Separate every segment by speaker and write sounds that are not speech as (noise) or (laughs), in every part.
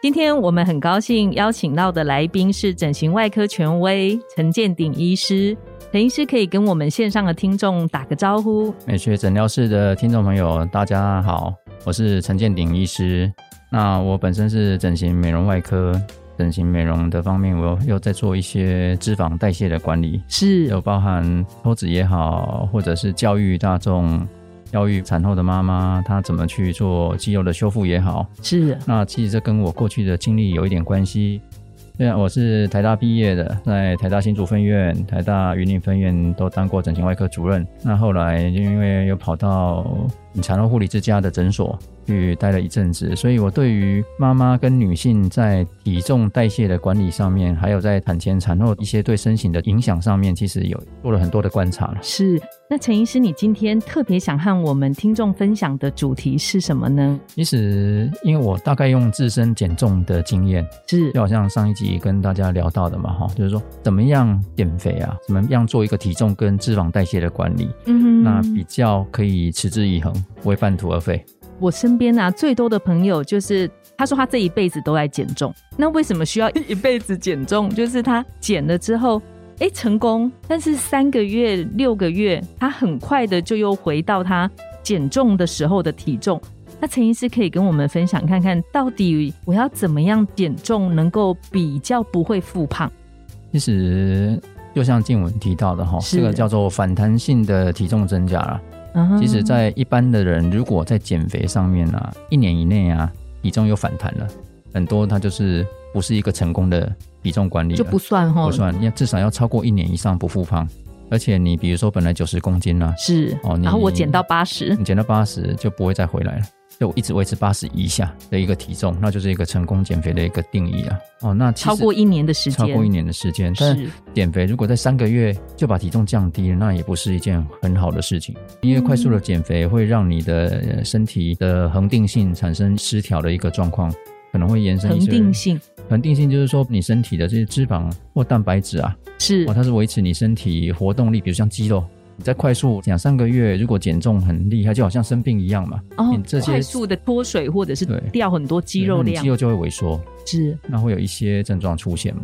Speaker 1: 今天我们很高兴邀请到的来宾是整形外科权威陈建鼎医师。陈医师可以跟我们线上的听众打个招呼。
Speaker 2: 美学诊疗室的听众朋友，大家好，我是陈建鼎医师。那我本身是整形美容外科，整形美容的方面，我又在做一些脂肪代谢的管理，
Speaker 1: 是
Speaker 2: 有包含抽脂也好，或者是教育大众。教育产后的妈妈，她怎么去做肌肉的修复也好，
Speaker 1: 是，
Speaker 2: 那其实这跟我过去的经历有一点关系。虽然我是台大毕业的，在台大新竹分院、台大云林分院都当过整形外科主任。那后来就因为又跑到产后护理之家的诊所去待了一阵子，所以我对于妈妈跟女性在体重代谢的管理上面，还有在产前、产后一些对身形的影响上面，其实有做了很多的观察了。
Speaker 1: 是。那陈医师，你今天特别想和我们听众分享的主题是什么呢？
Speaker 2: 其实，因为我大概用自身减重的经验，
Speaker 1: 是
Speaker 2: 就好像上一集跟大家聊到的嘛，哈，就是说怎么样减肥啊，怎么样做一个体重跟脂肪代谢的管理，
Speaker 1: 嗯哼
Speaker 2: 那比较可以持之以恒，不会半途而废。
Speaker 1: 我身边啊最多的朋友就是，他说他这一辈子都在减重，那为什么
Speaker 2: (laughs)
Speaker 1: 需要一辈子减重？就是他减了之后，哎、成功，但是三个月、六个月，他很快的就又回到他减重的时候的体重。那陈医师可以跟我们分享看看，到底我要怎么样减重能够比较不会复胖？
Speaker 2: 其实就像静文提到的哈，
Speaker 1: 是
Speaker 2: 这个叫做反弹性的体重增加啦。
Speaker 1: 嗯
Speaker 2: 其实，在一般的人如果在减肥上面啊，一年以内啊，体重有反弹了，很多他就是不是一个成功的体重管理了，
Speaker 1: 就不算哦哈，
Speaker 2: 不算，要至少要超过一年以上不复胖。而且你比如说本来九十公斤啦、
Speaker 1: 是。
Speaker 2: 哦你嗯
Speaker 1: 然后我减到八十，
Speaker 2: 你减到八十就不会再回来了，就一直维持八十以下的一个体重，那就是一个成功减肥的一个定义啊。哦，那其实
Speaker 1: 超过一年的时间，
Speaker 2: 超过一年的时间，但
Speaker 1: 是
Speaker 2: 减肥如果在三个月就把体重降低了，那也不是一件很好的事情，因为快速
Speaker 1: 嗯
Speaker 2: 的减肥会让你的呃身体的恒定性产生失调的一个状况，可能会延伸
Speaker 1: 恒
Speaker 2: 一些
Speaker 1: 定。性
Speaker 2: 恒定性就是说你身体的这些脂肪或蛋白质啊，
Speaker 1: 是
Speaker 2: 哦，它是维持你身体活动力，比如像肌肉。你在快速两三个月，如果减重很厉害，就好像生病一样嘛，
Speaker 1: 哦
Speaker 2: 你，这些
Speaker 1: 快速的脱水或者是
Speaker 2: 对
Speaker 1: 掉很多肌肉
Speaker 2: 对那你
Speaker 1: 量
Speaker 2: 肌，肉就会萎缩，
Speaker 1: 是
Speaker 2: 那会有一些症状出现嘛。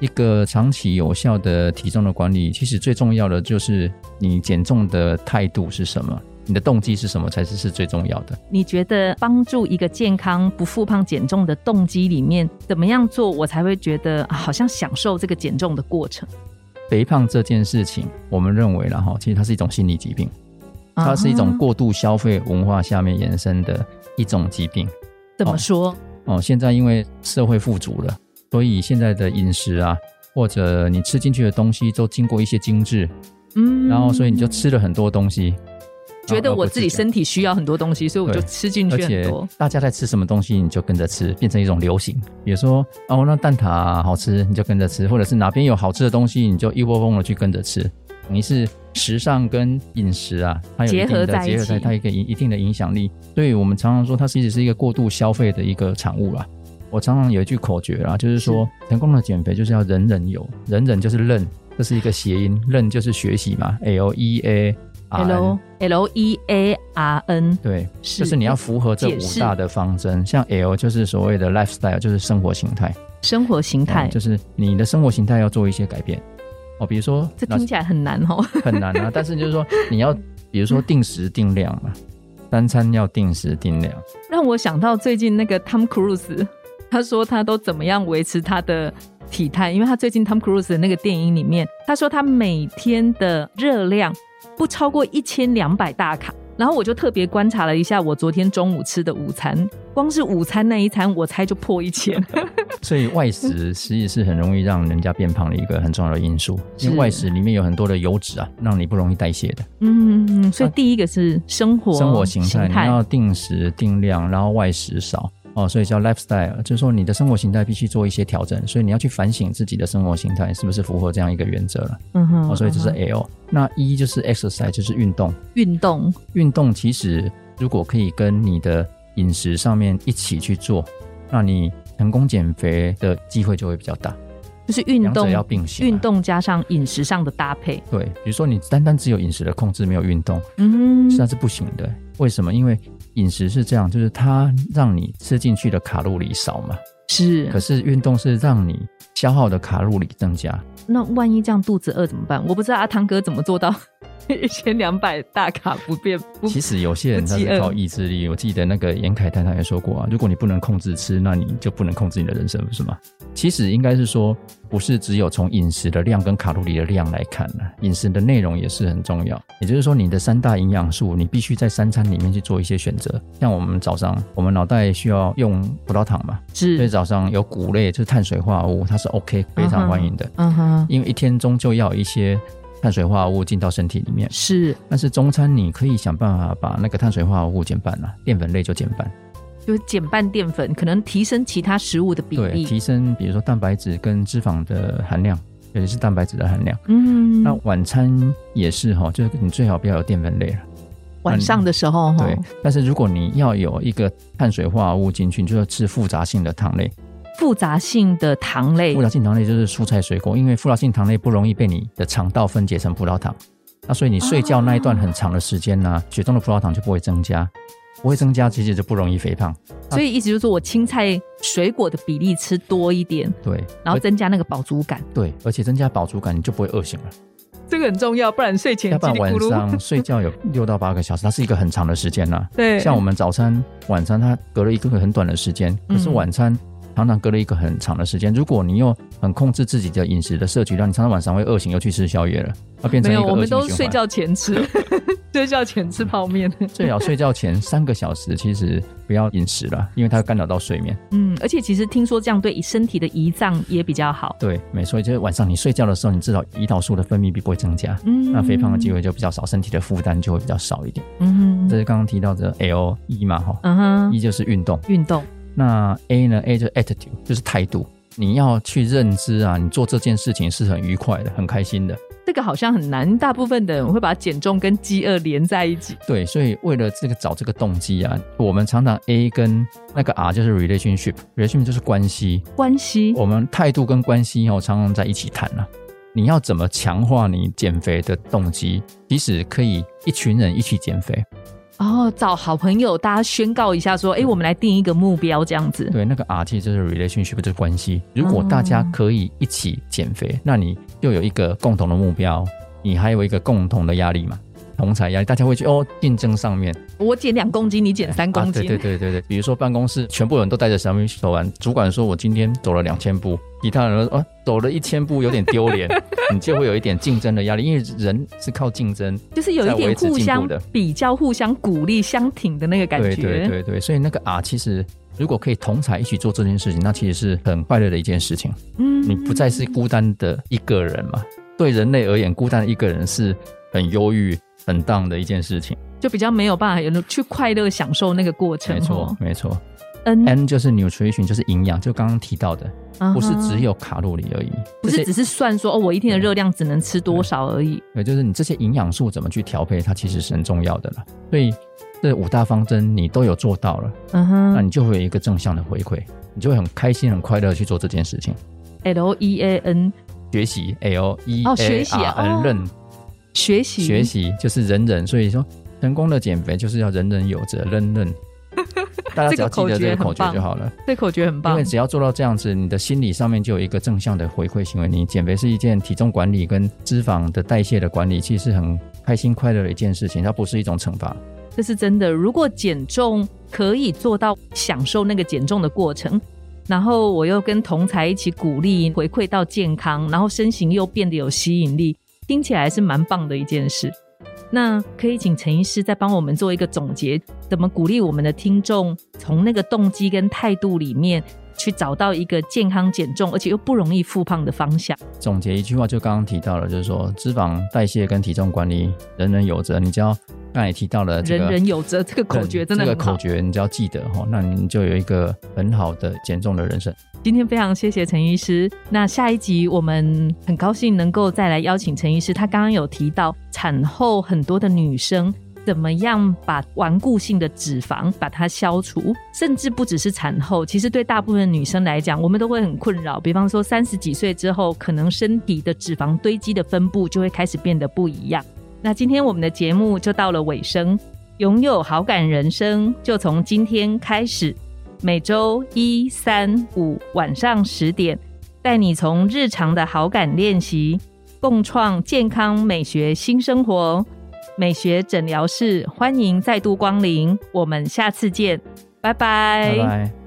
Speaker 2: 一个长期有效的体重的管理，其实最重要的就是你减重的态度是什么，你的动机是什么才是是最重要的。
Speaker 1: 你觉得帮助一个健康不复胖减重的动机里面，怎么样做我才会觉得、啊好像享受这个减重的过程？
Speaker 2: 肥胖这件事情，我们认为啦哈，其实它是一种心理疾病，它是一种
Speaker 1: 过
Speaker 2: 过度消费文化下面衍生的一种疾病。
Speaker 1: 怎么说？
Speaker 2: 哦，现在因为社会富足了，所以现在的饮食啊，或者你吃进去的东西都经过一些精致，
Speaker 1: 嗯
Speaker 2: 然后所以你就啊吃了很多东西，
Speaker 1: 觉得我自己
Speaker 2: 身，
Speaker 1: 身体需要很多东西，所以我就
Speaker 2: 对
Speaker 1: 吃进
Speaker 2: 而
Speaker 1: 去很
Speaker 2: 且
Speaker 1: 多。
Speaker 2: 大家在吃什么东西，你就跟着吃，变成一种流行。比如说，哦，那蛋挞、好吃，你就跟着吃，或者是哪边有好吃的东西，你就一窝蜂的去跟着吃。你是时尚跟饮食啊，它有一定
Speaker 1: 结合
Speaker 2: 的
Speaker 1: 在一起
Speaker 2: 结合在它一个一一定的影响力，所以我们常常说它其实是一个过度消费的一个产物啦。我常常有一句口诀啦，就是说成功的减肥就是要人人有，人人就是认，这是一个谐音，认就是学习嘛，L E A R N
Speaker 1: L L E A R N
Speaker 2: 对，
Speaker 1: 是
Speaker 2: 就是你要符合这
Speaker 1: 解
Speaker 2: 五
Speaker 1: 释
Speaker 2: 大的方针，像 L 就是所谓的 lifestyle，就是生活形态，
Speaker 1: 生活形态
Speaker 2: 嗯，就是你的生活形态要做一些改变哦，比如说
Speaker 1: 这听起来很难哦。
Speaker 2: 那很难啊，但是就是说你要，比如说定时定量嘛，三餐要定时定量，
Speaker 1: 让我想到最近那个 Tom Cruise，他 (laughs) 说他都怎么样维持他的体态，因为他最近 Tom Cruise 的那个电影里面，他说他每天的热量不超过一千两百大卡。然后我就特别观察了一下我昨天中午吃的午餐，光是午餐那一餐，我猜就破一千。 (laughs)
Speaker 2: 所以外食其实是很容易让人家变胖的一个很重要的因素，因
Speaker 1: 是
Speaker 2: 为外食里面有很多的油脂啊，让你不容易代谢的。
Speaker 1: 嗯嗯，所以第一个是生活
Speaker 2: 啊生活形态，你
Speaker 1: 态
Speaker 2: 要定时定量，然后外食少。哦，所以叫 lifestyle，就是说你的生活形态必须做一些调整，所以你要去反省自己的生活形态是不是符合这样一个原则了。
Speaker 1: 嗯哼，
Speaker 2: 哦，所以这是
Speaker 1: 嗯哼
Speaker 2: L。那一就是 exercise，就是运动。
Speaker 1: 运动，
Speaker 2: 运动其实如果可以跟你的饮食上面一起去做，那你成功减肥的机会就会比较大。
Speaker 1: 就是运
Speaker 2: 两者
Speaker 1: 动
Speaker 2: 要并行啊、
Speaker 1: 运动加上饮食上的搭配，
Speaker 2: 对，比如说你单单只有饮食的控制，没有运动，
Speaker 1: 嗯
Speaker 2: 实际上是不行的。为什么？因为饮食是这样，就是它让你吃进去的卡路里少嘛，可
Speaker 1: 是。
Speaker 2: 是运动是让你消耗的卡路里增加。
Speaker 1: 那万一这样肚子饿怎么办？我不知道阿汤哥怎么做到 (laughs) 一千两百大卡不变不
Speaker 2: 其实有些人他
Speaker 1: 不
Speaker 2: 是
Speaker 1: 饥饿
Speaker 2: 靠意志力。我记得那个严凯泰他也说过啊，如果你不能控制吃，那你就不能控制你的人生，不是吗？其实应该是说，不是只有从饮食的量跟卡路里的量来看呢、饮食的内容也是很重要。也就是说，你的三大营养素，你必须在三餐里面去做一些选择。像我们早上，我们脑袋需要用葡萄糖嘛，所以
Speaker 1: 质？
Speaker 2: 早上有谷类，就是碳水化合物，它是 OK 非常欢迎的，
Speaker 1: 嗯哼，
Speaker 2: 因为一天终究要有一些碳水化合物进到身体里面。
Speaker 1: 是
Speaker 2: 但是中餐你可以想办法把那个碳水化合物减半啊，淀粉类就减半，
Speaker 1: 就是减半淀粉，可能提升其他食物的比
Speaker 2: 对，
Speaker 1: 例。
Speaker 2: 提升比如说蛋白质跟脂肪的含量，尤其是蛋白质的含量。
Speaker 1: 嗯
Speaker 2: 那晚餐也是哈，就是你最好不要有淀粉类了，
Speaker 1: 晚上的时候哈
Speaker 2: 对，。但是如果你要有一个碳水化合物进去，你就要吃复杂性的糖类，
Speaker 1: 复杂性的糖类
Speaker 2: 复，杂性糖类就是蔬菜水果，因为复杂性糖类不容易被你的肠道分解成葡萄糖，那所以你睡觉那一段很长的时间呢、血中的葡萄糖就不会增加，不会增加，其实就不容易肥胖。
Speaker 1: 所以意思就是说我青菜、水果的比例吃多一点，
Speaker 2: 对，
Speaker 1: 然后增加那个饱足感，
Speaker 2: 对，而且增加饱足感，你就不会饿醒了。
Speaker 1: 这个很重要，不然睡前
Speaker 2: 要不然
Speaker 1: 叽里咕
Speaker 2: 晚
Speaker 1: 噜
Speaker 2: 上睡觉有六到八个小时，它是一个很长的时间啦。
Speaker 1: 对，
Speaker 2: 像我们早餐、晚餐，它隔了一个很短的时间，可是
Speaker 1: 嗯
Speaker 2: 晚餐常常隔了一个很长的时间。如果你又很控制自己的饮食的摄取量，你常常晚上会饿醒，又去吃宵夜了，它变成
Speaker 1: 没
Speaker 2: 一
Speaker 1: 有，
Speaker 2: 个
Speaker 1: 我
Speaker 2: 恶
Speaker 1: 们
Speaker 2: 性
Speaker 1: 都
Speaker 2: 循
Speaker 1: 睡
Speaker 2: 环。
Speaker 1: 觉前吃， (laughs) 睡觉前吃泡面。
Speaker 2: 最好睡觉前三个小时，其实不要饮食了，因为它会干扰到睡眠。
Speaker 1: 嗯，而且其实听说这样对身体的胰脏也比较好。
Speaker 2: 对，没错，就是晚上你睡觉的时候，你至少胰岛素的分泌比不会增加，
Speaker 1: 嗯，
Speaker 2: 那肥胖的机，会就比较少，身体的负担就会比较少一点。
Speaker 1: 嗯
Speaker 2: 这
Speaker 1: 哼，
Speaker 2: 是刚刚提到的 L 一嘛，哈，
Speaker 1: 嗯哼，
Speaker 2: 一就是运动。
Speaker 1: 运动，
Speaker 2: 那 A 呢？A 就是 attitude，就是态度。你要去认知啊，你做这件事情是很愉快的，很开心的。
Speaker 1: 这个好像很难，大部分的人会把减重跟饥饿连在一起。
Speaker 2: 对，所以为了这个找这个动机啊，我们常常 A 跟那个 R 就是 relationship，relationship 就是关系。
Speaker 1: 关系，
Speaker 2: 我们态度跟关系哦，常常在一起谈啊。你要怎么强化你减肥的动机？即使可以一群人一起减肥，
Speaker 1: 哦，找好朋友，大家宣告一下说，哎，我们来定一个目标，这样子。
Speaker 2: 对，那个 R 其实就是 relationship 就是关系。如果大家可以一起减肥，那你又有一个共同的目标，你还有一个共同的压力嘛，同才压力，大家会去哦竞争上面
Speaker 1: 我减两公斤，你减三公
Speaker 2: 啊
Speaker 1: 斤，
Speaker 2: 对对对对对，比如说办公室全部人都带着小米手环，主管说我今天走了两千步， (laughs) 其他人说哦走了一千步有点丢
Speaker 1: (laughs)
Speaker 2: 脸，你就会有一点竞争的压力，因为人是靠竞争。
Speaker 1: 就是有一点互
Speaker 2: 在维持进步
Speaker 1: 相
Speaker 2: 的
Speaker 1: 比较、互相鼓励、相挺的那个感觉。
Speaker 2: 对对对对，所以那个 R 其实。如果可以同才一起做这件事情，那其实是很快乐的一件事情。
Speaker 1: 嗯
Speaker 2: 你不再是孤单的一个人嘛。对人类而言，孤单的一个人是很忧郁、很 down 的一件事情。
Speaker 1: 就比较没有办法有人去快乐享受那个过程。
Speaker 2: 没错
Speaker 1: 哦，
Speaker 2: 没错。
Speaker 1: 嗯，
Speaker 2: N 就是 nutrition，就是营养，就刚刚提到的，
Speaker 1: 嗯哼
Speaker 2: 不是只有卡路里而已。
Speaker 1: 不
Speaker 2: 这
Speaker 1: 是
Speaker 2: 些
Speaker 1: 只是算说哦，我一天的热量只能吃多少而已。
Speaker 2: 对，就是你这些营养素怎么去调配，它其实是很重要的了。所以这五大方针你都有做到了，
Speaker 1: 嗯
Speaker 2: 那
Speaker 1: 哼
Speaker 2: 你就会有一个正向的回馈，你就会很开心、很快乐地去做这件事情。
Speaker 1: ，L E A N
Speaker 2: 学习 L E
Speaker 1: 哦
Speaker 2: A
Speaker 1: 学习
Speaker 2: R
Speaker 1: 哦
Speaker 2: N 认
Speaker 1: 学习
Speaker 2: 学习就是人人，所以说成功的减肥就是要人人有责，人
Speaker 1: (laughs)
Speaker 2: 人。大家只要记得这个口诀就好了，
Speaker 1: 这口诀很
Speaker 2: 因
Speaker 1: 棒
Speaker 2: 为。只要做到这样子，你的心理上面就有一个正向的回馈行为。你减肥是一件体重管理跟脂肪的代谢的管理，其实是很开心快乐的一件事情，它不是一种惩罚。
Speaker 1: 这是真的。如果减重可以做到享受那个减重的过程，然后我又跟同才一起鼓励回馈到健康，然后身形又变得有吸引力，听起来是蛮棒的一件事。那可以请陈医师再帮我们做一个总结，怎么鼓励我们的听众从那个动机跟态度里面去找到一个健康减重，而且又不容易复胖的方向。
Speaker 2: 总结一句话，就刚刚提到了，就是说脂肪代谢跟体重管理人人有责。你只要刚才也提到了这个
Speaker 1: 人人有责这个口诀真的
Speaker 2: 这个
Speaker 1: 很好
Speaker 2: 口诀你只要记得哈，那你就有一个很好的减重的人生。
Speaker 1: 今天非常谢谢陈医师。那下一集我们很高兴能够再来邀请陈医师。他刚刚有提到产后很多的女生怎么样把顽固性的脂肪把它消除，甚至不只是产后，其实对大部分女生来讲，我们都会很困扰。比方说三十几岁之后，可能身体的脂肪堆积的分布就会开始变得不一样。那今天我们的节目就到了尾声，拥有好感人生就从今天开始。每周一、三、五晚上十点，带你从日常的好感练习，共创健康美学新生活。美学诊疗室欢迎再度光临，我们下次见，拜拜
Speaker 2: 拜拜。